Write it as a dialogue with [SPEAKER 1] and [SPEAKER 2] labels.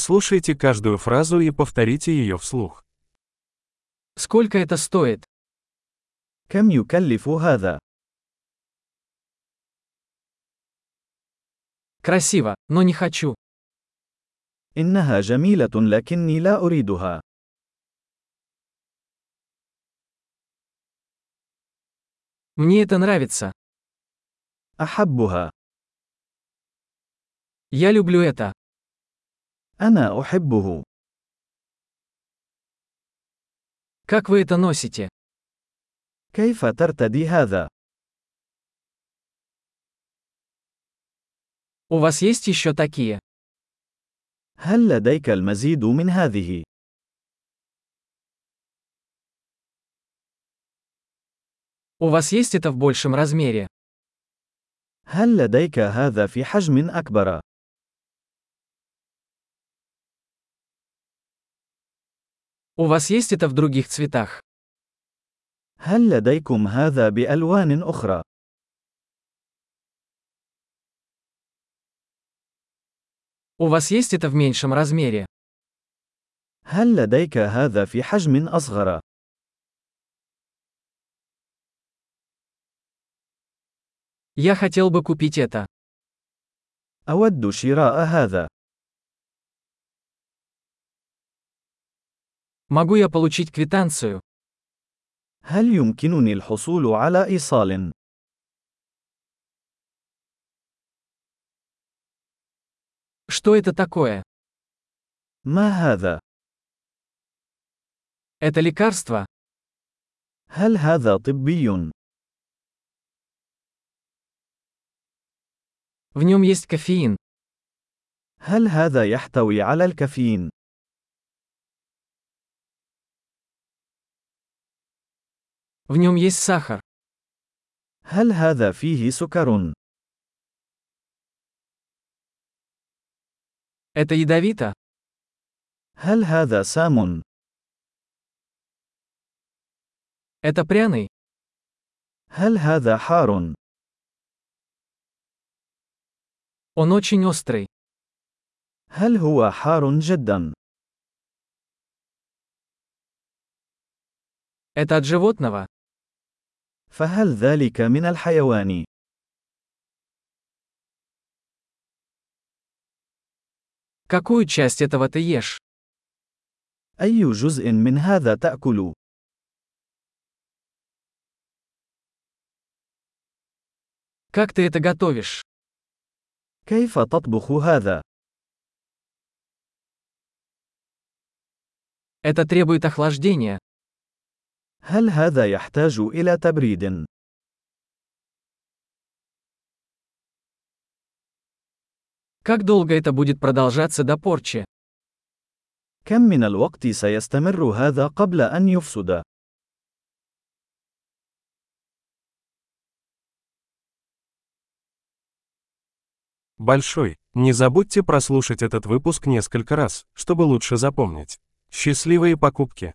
[SPEAKER 1] Прослушайте каждую фразу и повторите ее вслух.
[SPEAKER 2] Сколько это стоит?
[SPEAKER 3] كم يكلف هذا؟
[SPEAKER 2] Красиво, но не хочу.
[SPEAKER 3] إنها جميلة لكني لا أريدها.
[SPEAKER 2] Мне это нравится.
[SPEAKER 3] أحبها.
[SPEAKER 2] Я люблю это.
[SPEAKER 3] أنا أحبه.
[SPEAKER 2] Как вы это носите?
[SPEAKER 3] كيف ترتدي هذا؟
[SPEAKER 2] У вас есть еще такие?
[SPEAKER 3] هل لديك المزيد من هذه؟
[SPEAKER 2] У вас есть это в большем размере?
[SPEAKER 3] هل لديك هذا في حجم أكبر؟
[SPEAKER 2] У вас есть это в других цветах?
[SPEAKER 3] هل لديكم هذا بألوان أخرى؟
[SPEAKER 2] У вас есть это в меньшем размере?
[SPEAKER 3] هل لديك هذا في حجم أصغر؟
[SPEAKER 2] Я хотел бы купить это.
[SPEAKER 3] أود شراء هذا.
[SPEAKER 2] Могу я получить квитанцию?
[SPEAKER 3] هل يمكنني الحصول على إيصال؟
[SPEAKER 2] Что это такое?
[SPEAKER 3] ما هذا؟
[SPEAKER 2] Это лекарство?
[SPEAKER 3] هل هذا طبي؟
[SPEAKER 2] В нем есть кофеин.
[SPEAKER 3] هل هذا يحتوي على الكافيين؟
[SPEAKER 2] В нем есть сахар.
[SPEAKER 3] هل هذا فيه سكر؟
[SPEAKER 2] Это ядовито?
[SPEAKER 3] هل هذا سام؟
[SPEAKER 2] Это пряный?
[SPEAKER 3] هل هذا حار؟
[SPEAKER 2] Он очень острый.
[SPEAKER 3] هل هو حار جدا؟
[SPEAKER 2] Это от животного?
[SPEAKER 3] فهل ذلك من الحيوان؟
[SPEAKER 2] Какую часть этого ты ешь?
[SPEAKER 3] أي جزء من هذا تأكل؟
[SPEAKER 2] Как ты это готовишь?
[SPEAKER 3] كيف تطبخ هذا؟
[SPEAKER 2] Это требует охлаждения.
[SPEAKER 3] هل هذا يحتاج إلى تبريد؟
[SPEAKER 2] Как долго это будет продолжаться до порчи?
[SPEAKER 3] كم من الوقت سيستمر هذا قبل أن يفسد؟
[SPEAKER 1] Большой. Не забудьте прослушать этот выпуск несколько раз, чтобы лучше запомнить. Счастливые покупки!